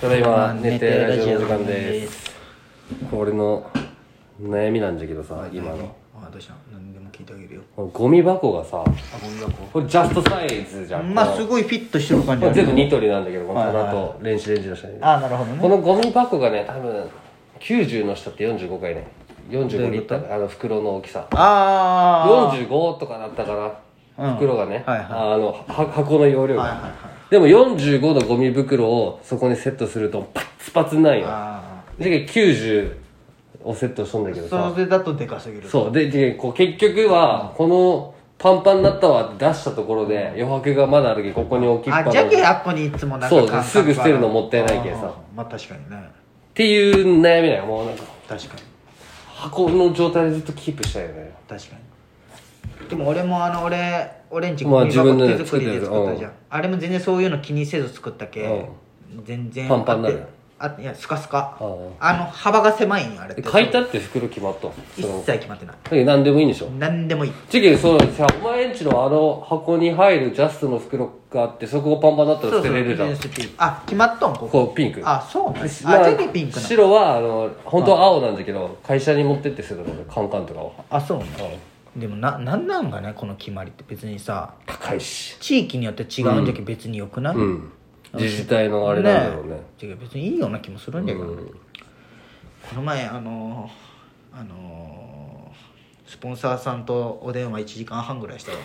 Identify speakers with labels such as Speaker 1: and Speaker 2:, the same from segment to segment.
Speaker 1: ただいま寝てラジオの時間です俺の悩みなんだけどさ今の
Speaker 2: あどうした何でも聞いてあげるよ
Speaker 1: ゴミ箱がさ
Speaker 2: あゴミ箱
Speaker 1: これジャストサイズじゃん
Speaker 2: まあす
Speaker 1: こ
Speaker 2: ごいフィットしてる感じ
Speaker 1: の
Speaker 2: ある
Speaker 1: 全部ニトリなんだけどこの
Speaker 2: はいはい
Speaker 1: 棚と電子レンジの下に
Speaker 2: あなるほど
Speaker 1: こ
Speaker 2: ね
Speaker 1: のゴミ箱がね多分90の下って45回ね45リッターあの袋の大きさ
Speaker 2: ああ
Speaker 1: 45とかだったか
Speaker 2: う
Speaker 1: なん袋がね
Speaker 2: はいはい
Speaker 1: あのは箱の容量
Speaker 2: はいはいは
Speaker 1: が
Speaker 2: い
Speaker 1: でも45のゴミ袋をそこにセットするとパッツパツにないよ
Speaker 2: あ
Speaker 1: で90をセットしたんだけどさ
Speaker 2: あそれだとでかすぎる
Speaker 1: そうででこう結局はこのパンパンになったわって出したところで余白がまだあるけどここに置きっぱ
Speaker 2: あ
Speaker 1: な
Speaker 2: じゃけアップにいつもなんか
Speaker 1: そう
Speaker 2: 感覚
Speaker 1: すぐ捨てるのもったいないけさ
Speaker 2: あーまあ確かにね
Speaker 1: っていう悩みだよもうなんか
Speaker 2: 確かに
Speaker 1: 箱の状態でずっとキープしたいよね
Speaker 2: 確かにでも俺もあの俺俺んち
Speaker 1: まあ
Speaker 2: ゴミ箱
Speaker 1: 自分の
Speaker 2: 手
Speaker 1: で
Speaker 2: 作りで作ったじゃん、
Speaker 1: うん
Speaker 2: あれも全然そういうの気にせず作ったけ、全然
Speaker 1: パンパンになる
Speaker 2: あってあいやスカスカあ
Speaker 1: うん
Speaker 2: の幅が狭いんよあれって
Speaker 1: 買いたって袋決まったのそ
Speaker 2: 一
Speaker 1: の
Speaker 2: 切決まってない
Speaker 1: だけど何でもいいんでしょ
Speaker 2: 何でもいい
Speaker 1: 事件そうさお前んちのあの箱に入るジャストの袋があってそこがパンパンだったら捨てれるじゃん
Speaker 2: そうそうあ決まっとんここ
Speaker 1: こうピンク
Speaker 2: あそうなんあ
Speaker 1: で
Speaker 2: じ
Speaker 1: まあ
Speaker 2: ゃけピンクな
Speaker 1: 白はあの本当は青なんだけど会社に持ってってするのでカンカンとかを
Speaker 2: あそうなんでもななんなんかねこの決まりって別にさ
Speaker 1: 高いし
Speaker 2: 地域によって違うんじゃけ別によくない、
Speaker 1: うん自治体のあれなんだろうね
Speaker 2: てか別にいいような気もするんだけど、
Speaker 1: うん
Speaker 2: この前あのーあのースポンサーさんとお電話1時間半ぐら いしたわ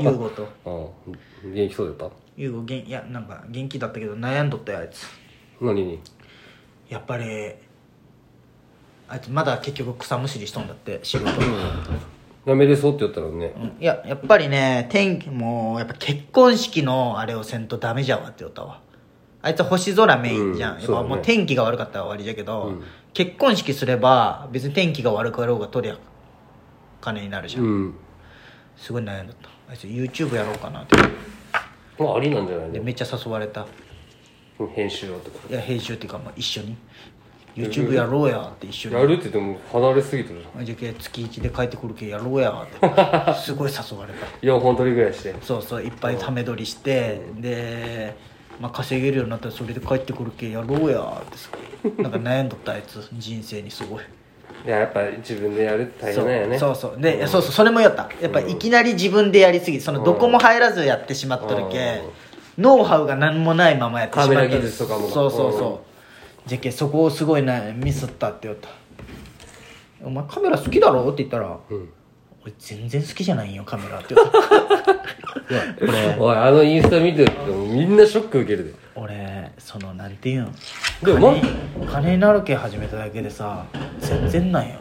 Speaker 2: 優吾と
Speaker 1: うん元気そうだっ
Speaker 2: 優吾元いやなんか元気だったけど悩んどったよあいつ
Speaker 1: た何に
Speaker 2: やっぱりあいつまだ結局草むしりしとんだって仕事、
Speaker 1: やめれそうって言ったらね
Speaker 2: うんいややっぱりね天気もやっぱ結婚式のあれをせんとダメじゃわって言ったわあいつは星空メインじゃん、
Speaker 1: うん
Speaker 2: やっ
Speaker 1: そうだ
Speaker 2: ぱ
Speaker 1: ね
Speaker 2: もう天気が悪かったら終わりじゃけど、
Speaker 1: うん
Speaker 2: 結婚式すれば別に天気が悪かろうが取りゃ金になるじゃん、
Speaker 1: うん
Speaker 2: すごい悩んだったあいつ YouTube やろうかなって
Speaker 1: まあありなんじゃない
Speaker 2: で
Speaker 1: ね
Speaker 2: めっちゃ誘われた
Speaker 1: 編集をとか
Speaker 2: いや編集っていうかもう一緒に YouTube やろうやって一緒に
Speaker 1: やるって言っても離れすぎてるじゃん
Speaker 2: じゃけ月1で帰ってくるけやろうや ってすごい誘われた
Speaker 1: 4本取りぐらいして
Speaker 2: そうそういっぱいため取りしてで、まあ、稼げるようになったらそれで帰ってくるけやろうやってすご いなんか悩んどったあいつ人生にすごい
Speaker 1: いややっぱ自分でやるって大変だよね
Speaker 2: そうそうそうで、そうそうそれもやったやっぱいきなり自分でやりすぎそのどこも入らずやってしまっとるけ、ノウハウが何もないままやってしまっとる
Speaker 1: カメラ技術とかも
Speaker 2: そうそうそう、じゃけそこをすごいなミスったって言った「お前カメラ好きだろ?」って言ったら「
Speaker 1: うん
Speaker 2: 俺全然好きじゃないんよカメラ」って言った
Speaker 1: これおいあのインスタ見てるとみんなショック受けるで
Speaker 2: 俺そのなんていうん
Speaker 1: でもま
Speaker 2: 金金になるけ始めただけでさ全然ないよ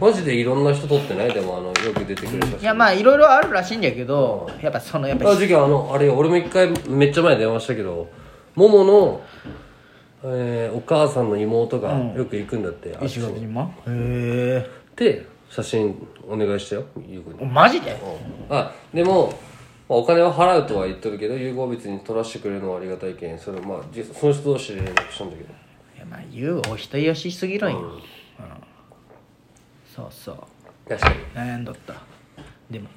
Speaker 1: マジでいろんな人撮ってないでもあのよく出てくる写真
Speaker 2: いやまあいろいろあるらしいんだけどやっぱそのやっぱ
Speaker 1: あ次あのあれ俺も一回めっちゃ前電話したけどももの、えーお母さんの妹がよく行くんだって、あっち
Speaker 2: 石垣島へえ
Speaker 1: で写真お願いしたよ優子に
Speaker 2: マジで
Speaker 1: あでも、まあお金は払うとは言っとるけど優子は別に取らしてくれるのはありがたいけんそれまあじその人同士で連絡したんだけど
Speaker 2: いやまあ言うお人よししすぎるんよ、うんそうそう
Speaker 1: 確かに
Speaker 2: 悩んどったでも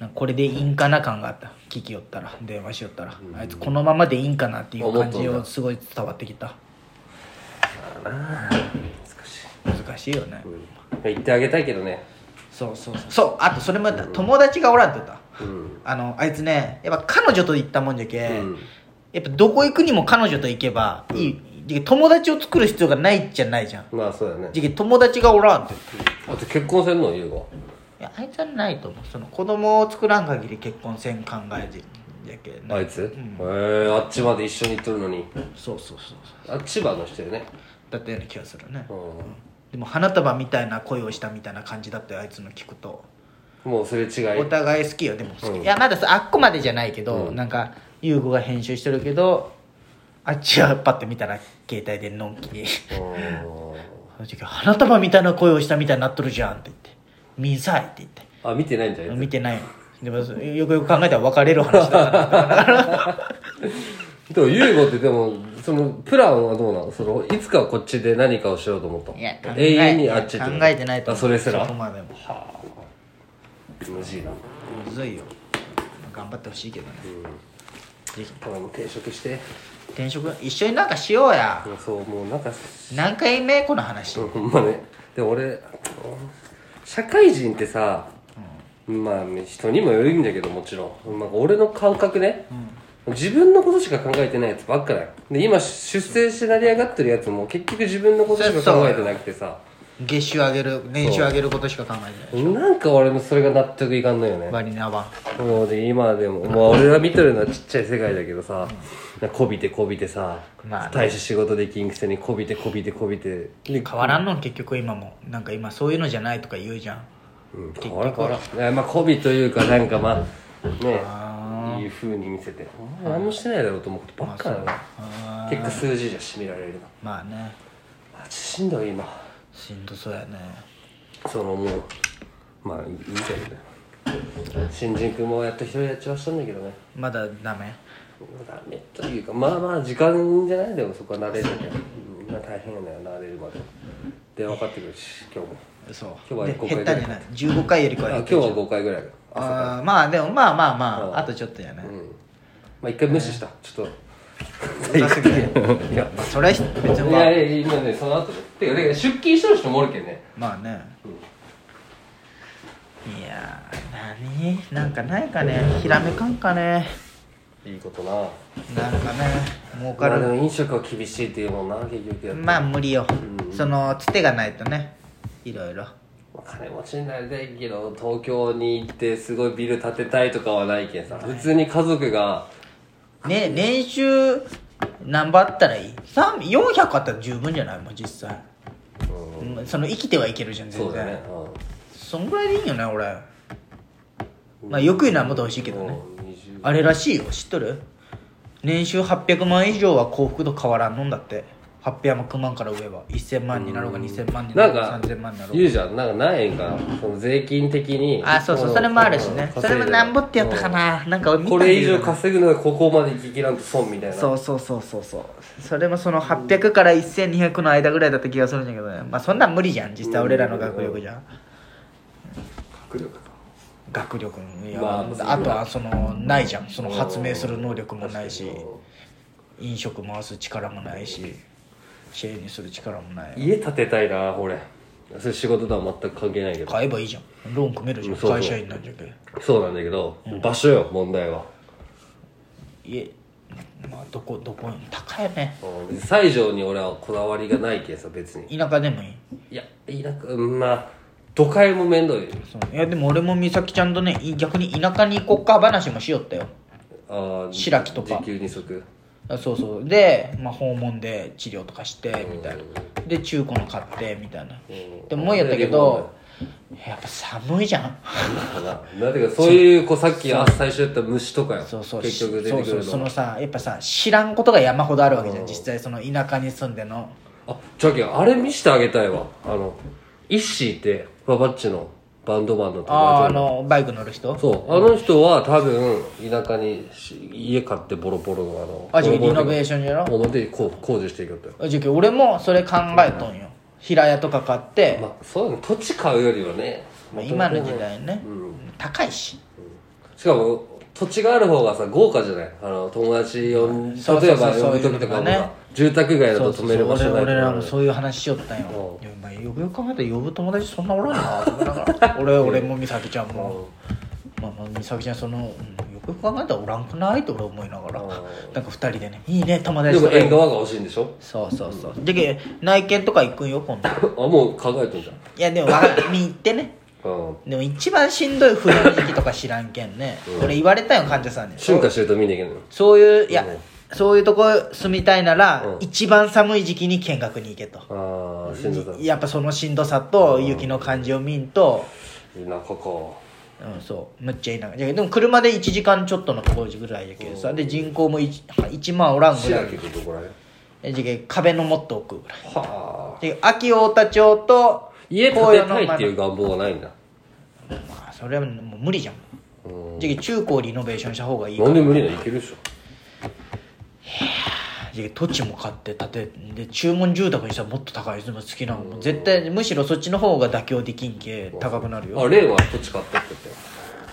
Speaker 2: なんかこれでいいんかな感があった聞きよったら電話しよったら、あいつこのままでいいんかなっていう感じ
Speaker 1: 思っとん
Speaker 2: を
Speaker 1: だ
Speaker 2: すごい伝わってきた難しいよね、
Speaker 1: まあ言ってあげたいけどね
Speaker 2: そうそうそうそうあとそれもやった友達がおらんって言った
Speaker 1: うん
Speaker 2: あのあいつねやっぱ彼女と行ったもんじゃけ、
Speaker 1: うん
Speaker 2: やっぱどこ行くにも彼女と行けばいい、じゃけ友達を作る必要がないじゃないじゃん
Speaker 1: まあそうだね
Speaker 2: じゃけ友達がおらんって
Speaker 1: あと結婚せんの優子はい
Speaker 2: やあいつはないと思うその子供を作らん限り結婚せん考えじじゃけね
Speaker 1: あいつ、えー、あっちまで一緒に行っとるのに
Speaker 2: そうそうそうそう
Speaker 1: あっちばの人よね
Speaker 2: だったような気がするね、
Speaker 1: うん
Speaker 2: でも花束みたいな恋をしたみたいな感じだったよあいつの聞くと
Speaker 1: もうすれ違い
Speaker 2: お互い好きよでも好き、
Speaker 1: うん
Speaker 2: いやまださあっこまでじゃないけど、
Speaker 1: うん
Speaker 2: なんか優吾が編集してるけどあっちはパッて見たら携帯でのんき に
Speaker 1: うん
Speaker 2: その時花束みたいな声をしたみたいになっとるじゃん」って言って「見んさい」って言って
Speaker 1: あ見てないんじゃない
Speaker 2: 見てないよでもよくよく考えたら別れる話だから
Speaker 1: でも優吾ってでもそのプランはどうなのそのいつかこっちで何かをしようと思ったの
Speaker 2: いや考え
Speaker 1: 永遠にあっち
Speaker 2: 考
Speaker 1: こと
Speaker 2: えてないと
Speaker 1: あ
Speaker 2: 思う
Speaker 1: それすら
Speaker 2: そこまでも
Speaker 1: 無事な
Speaker 2: むずいよ頑張ってほしいけどね、
Speaker 1: 頼む転職して
Speaker 2: 転職一緒になんかしようや
Speaker 1: もうそうもうなんか
Speaker 2: 何回目この話、
Speaker 1: ほんまねでも俺社会人ってさ、まあね人にもよるんだけどもちろん、まあ、俺の感覚ね、自分のことしか考えてないやつばっかだよで今出世して成り上がってるやつも結局自分のことしか考えてなくてさ
Speaker 2: 月収上げる年収上げることしか考えてない
Speaker 1: なんか俺もそれが納得いかんのよね
Speaker 2: バリナバン
Speaker 1: もうで今でも、まあ、俺が見てるのはちっちゃい世界だけどさこびてこびてさ、
Speaker 2: まあね
Speaker 1: 大して仕事できんくせにこびてこびてこびてで
Speaker 2: 変わらんの結局今もなんか今そういうのじゃないとか言うじゃん
Speaker 1: うん、変わらん変わらんえまあ媚びというかなんかまあねいうふうに見せてお前何もしてないだろうと思うことばっかだ
Speaker 2: あ
Speaker 1: な結果数字じゃ締められるな
Speaker 2: まあね
Speaker 1: マジしんどい今
Speaker 2: しんどそうやね
Speaker 1: そのもうまあいいいいけどね新人君もやっと一人やっちましたんだけどね
Speaker 2: まだダメ
Speaker 1: ダメというかまあまあ時間じゃないでもそこは慣れるけどみんな大変やな慣れるまで電話かかってくるし今日も
Speaker 2: そう
Speaker 1: 今日は
Speaker 2: で
Speaker 1: 5回
Speaker 2: 減ったんじゃない15回よりか
Speaker 1: あ今
Speaker 2: は減っ
Speaker 1: 日
Speaker 2: てる
Speaker 1: は5回ぐらい朝から
Speaker 2: あーまあでもまあまあま
Speaker 1: うん
Speaker 2: ああとちょっとやね
Speaker 1: うんまあ一回無視したちょっと
Speaker 2: うざすぎる
Speaker 1: いや
Speaker 2: まあそれは別に
Speaker 1: い
Speaker 2: まあ
Speaker 1: やいや今ねその後でてかだから出勤してる人もおるけんね
Speaker 2: まあねいやー何なんかないかねひらめかんかね
Speaker 1: いいことな
Speaker 2: なんかね儲か
Speaker 1: まあ
Speaker 2: る
Speaker 1: でも飲食は厳しいっていうもんな結局やっ
Speaker 2: まあ無理よ、
Speaker 1: うん
Speaker 2: そのつてがないとねいろいろ
Speaker 1: まあ金持ちになりたいけど東京に行ってすごいビル建てたいとかはないけんさ普通に家族が
Speaker 2: ね年収何倍あったらいい3 400あったら十分じゃないもう実際、
Speaker 1: う
Speaker 2: まその生きてはいけるじゃん全然
Speaker 1: そうだね
Speaker 2: そんぐらいでいいよね俺まあ欲にはもっと欲しいけ
Speaker 1: うん
Speaker 2: どね
Speaker 1: もう20
Speaker 2: あれらしいよ知っとる年収800万以上は幸福と変わらんのんだって800万から上は1000万になろうが2000万にな
Speaker 1: な
Speaker 2: ろ
Speaker 1: ん
Speaker 2: うが
Speaker 1: か
Speaker 2: 3000万になろう
Speaker 1: 言
Speaker 2: が
Speaker 1: うじゃんなんか何円かその税金的に
Speaker 2: あそうそうそれもあるしね
Speaker 1: うん
Speaker 2: それもなんぼってやったかななんか俺
Speaker 1: う
Speaker 2: 見
Speaker 1: ん
Speaker 2: た
Speaker 1: こ
Speaker 2: んだ
Speaker 1: れ
Speaker 2: けど
Speaker 1: 以上稼ぐのがここまで行ききらんと損みたいな
Speaker 2: そうそうそうそうそうそれもその800から1200の間ぐらいだった気がするんだけどねまあそんなん無理じゃん実際俺らの学力じゃん
Speaker 1: 迫力か
Speaker 2: 学力もいや、
Speaker 1: まあ
Speaker 2: あ、とはそのないじゃんその発明する能力もないし飲食回す力もないしシェーにする力もない
Speaker 1: 家建てたいな俺それ仕事とは全く関係ないけど
Speaker 2: 買えばいいじゃんローン組めるじゃん、
Speaker 1: うんそうそう
Speaker 2: 会社員なんじゃけ
Speaker 1: そうなんだけど、場所よ問題は
Speaker 2: 家まあどこどこに高いよね
Speaker 1: うん西条に俺はこだわりがないけさ別に
Speaker 2: 田舎でもいい
Speaker 1: いや田舎うんまあ都会も面倒い
Speaker 2: そういやでも俺も美咲ちゃんとねい逆に田舎に行こっか話もしよったよ
Speaker 1: ああ
Speaker 2: 白木とか
Speaker 1: 時給二足
Speaker 2: あそうそうで、まあ、訪問で治療とかしてみたいなで中古の買ってみたいな
Speaker 1: うん
Speaker 2: でももうやったけどやっぱ寒いじ ゃん
Speaker 1: だってかそういう子さっきあ最初やった虫とかよ
Speaker 2: そうそう
Speaker 1: 結局出てく
Speaker 2: そうそう
Speaker 1: る
Speaker 2: そ
Speaker 1: の
Speaker 2: のさやっぱさ知らんことが山ほどあるわけじゃん実際その田舎に住んでの
Speaker 1: あじゃけんあれ見してあげたいわあのイッシーってババッチのバンドマンの友達
Speaker 2: あああのバイク乗る人
Speaker 1: そうあの人は多分田舎にし家買ってボロボロのあの
Speaker 2: あじゃあ
Speaker 1: ボロボロ
Speaker 2: リノ
Speaker 1: の
Speaker 2: ベーションじゃろ
Speaker 1: 表にこう工事していくとよ
Speaker 2: あじゃあ俺もそれ考えとんよ平屋とか買って、
Speaker 1: まあそういうの土地買うよりはね
Speaker 2: まあ今の時代ね、
Speaker 1: うん
Speaker 2: 高いし
Speaker 1: しかも土地がある方がさ豪華じゃないあの友達呼ん
Speaker 2: そう
Speaker 1: 例
Speaker 2: そ
Speaker 1: え
Speaker 2: うそう
Speaker 1: ば呼ぶ時
Speaker 2: そうい
Speaker 1: と
Speaker 2: うの
Speaker 1: か
Speaker 2: が
Speaker 1: も
Speaker 2: ね
Speaker 1: さ住宅街だ
Speaker 2: そ
Speaker 1: と
Speaker 2: うそ
Speaker 1: 止
Speaker 2: う
Speaker 1: め
Speaker 2: そ
Speaker 1: る
Speaker 2: う
Speaker 1: 場所
Speaker 2: 俺
Speaker 1: ない
Speaker 2: 俺ら
Speaker 1: と
Speaker 2: も
Speaker 1: か
Speaker 2: そういう話しよったんよ
Speaker 1: う
Speaker 2: いやまあよくよく考えたら呼ぶ友達そんなおらんなと思いなが ら俺俺も美咲ちゃんもまあまあ美咲ちゃんその、うん、よくよく考えたらおらんくないって俺思いながら
Speaker 1: うん
Speaker 2: なんか二人でね「いいね友
Speaker 1: で
Speaker 2: 達」と
Speaker 1: も
Speaker 2: か言
Speaker 1: 縁
Speaker 2: う
Speaker 1: 側が欲しいんでしょ
Speaker 2: そうそうそうじゃけ内見とか行くんよ今度
Speaker 1: あもう考えてんじゃん
Speaker 2: いやでもわか見に行ってね
Speaker 1: うん
Speaker 2: でも一番しんどい冬の時期とか知らんけんね、俺言われたよ患者さんに
Speaker 1: 春夏秋冬見に行けんの
Speaker 2: そういういや、
Speaker 1: うん
Speaker 2: そういうとこ住みたいなら、
Speaker 1: うん
Speaker 2: 一番寒い時期に見学に行けと、
Speaker 1: ああしんどさ
Speaker 2: やっぱそのしんどさと雪の感じを見んと、
Speaker 1: 田舎か
Speaker 2: うん、そうむっちゃいなでも車で1時間ちょっとの工事ぐらいやけどさで人口も 1, 1万おらんぐら
Speaker 1: 白
Speaker 2: い
Speaker 1: 木ってどこらへん
Speaker 2: えじゃけ壁のもっと奥ぐらい
Speaker 1: はあ
Speaker 2: で秋太田町と
Speaker 1: 家建
Speaker 2: 紅葉
Speaker 1: て
Speaker 2: の
Speaker 1: たい
Speaker 2: 前
Speaker 1: っていう願望はないんだ
Speaker 2: まあそれはもう無理じゃん
Speaker 1: うん
Speaker 2: じゃけ中古をリノベーションした方がいいか
Speaker 1: な
Speaker 2: ら
Speaker 1: んで無理なのいけるでしょ
Speaker 2: じゃあ土地も買って建てで注文住宅にしたらもっと高いでも好きなの絶対むしろそっちの方が妥協できんけ高くなるよ
Speaker 1: あレイは土地買ったって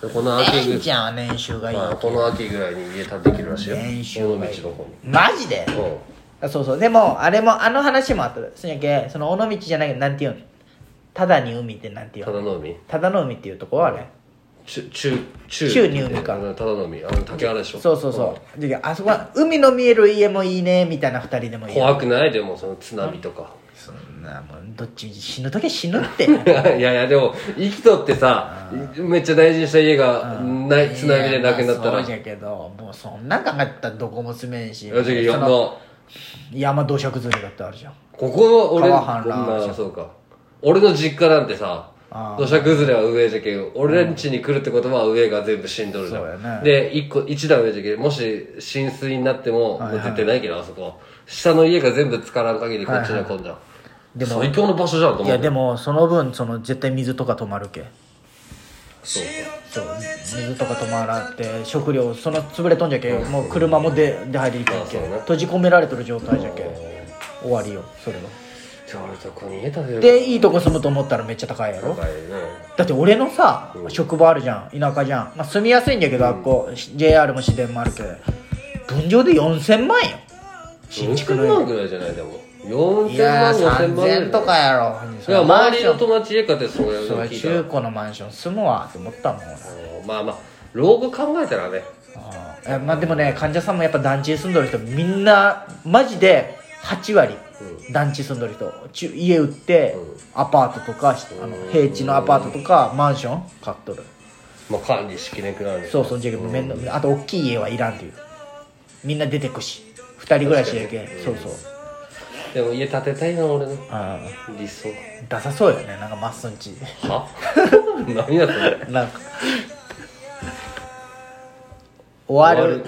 Speaker 1: 言ってこの秋ぐ
Speaker 2: レンちゃんは年収がいい
Speaker 1: まあ、この秋ぐらいに家建てきるらしいよ
Speaker 2: 年収
Speaker 1: 尾道の方
Speaker 2: マジで
Speaker 1: にうん
Speaker 2: あそうそうでもあれもあの話もあったすんやけその尾道じゃないけどなんて言うのただに海ってなんて言
Speaker 1: た
Speaker 2: うの
Speaker 1: だの海
Speaker 2: ただの海っていうとこはあれ
Speaker 1: 中中中
Speaker 2: 中に海か
Speaker 1: うんただの海あの竹原でしょ
Speaker 2: そうそうそうじゃああそこは海の見える家もいいねみたいな二人でもいいよ
Speaker 1: 怖くないでもその津波とか
Speaker 2: そんなもうどっちみち死ぬ時死ぬ って
Speaker 1: いやいやでも生きとってさめっちゃ大事にした家がない津波でなくなった
Speaker 2: いやま
Speaker 1: ら
Speaker 2: あそうじゃけどもうそんなん考えたらどこも住めん
Speaker 1: い
Speaker 2: し
Speaker 1: やじゃけど
Speaker 2: そ
Speaker 1: いや
Speaker 2: の
Speaker 1: な
Speaker 2: 山土砂崩れだってあるじゃん
Speaker 1: ここは俺
Speaker 2: 川氾濫
Speaker 1: まあそうか俺の実家なんてさ
Speaker 2: あー
Speaker 1: 土砂崩れは上じゃけん俺らんちに来るってことは上が全部死んどるじゃ
Speaker 2: そ
Speaker 1: ん、
Speaker 2: うやね
Speaker 1: で一個一段上じゃけんもし浸水になっても、もう絶対ないけどあそこ下の家が全部浸からん限りこっちには来んじゃん、
Speaker 2: でも
Speaker 1: 最強の場所じゃんと
Speaker 2: い
Speaker 1: 思
Speaker 2: や
Speaker 1: う
Speaker 2: でもその分その絶対水とか止まるけ
Speaker 1: そう
Speaker 2: そう水とか止まらんって食料その潰れとんじゃけもう車も出出入りにくいけ
Speaker 1: あそうね
Speaker 2: 閉じ込められとる状態じゃけ終わりよそれは
Speaker 1: じゃあ俺そこに家建てる
Speaker 2: でいいとこ住むと思ったらめっちゃ高いや
Speaker 1: 高
Speaker 2: ろ
Speaker 1: いね
Speaker 2: だって俺のさ職場あるじゃん田舎じゃん、まあ、住みやすいんだけど、あっこ JR も市電もあるけど分譲で4000万よ新築の
Speaker 1: 4000万ぐらいじゃないでも4000万
Speaker 2: いやー
Speaker 1: 5000万ぐらい
Speaker 2: 3000とかやろ
Speaker 1: いや周りの友達家建てるそれ
Speaker 2: それ
Speaker 1: 聞いた
Speaker 2: 中古のマンション住むわと思ったもん俺
Speaker 1: あのまあまあ老後考えたらね
Speaker 2: あーいやまあでもね患者さんもやっぱ団地に住んどる人みんなマジで8割、団地住んどる人ちゅ家売って、アパートとかしあの平地のアパートとかマンション買っとる
Speaker 1: まあ管理しきれんくなるね
Speaker 2: そうそうじゃけどめんどあと大きい家はいらんっていうみんな出てくし2人ぐらいしやけんそうそう
Speaker 1: でも家建てたいな俺の
Speaker 2: あ
Speaker 1: 理想
Speaker 2: ーダサそうよねなんかマッスンち
Speaker 1: は 何やそれ
Speaker 2: なんか終わる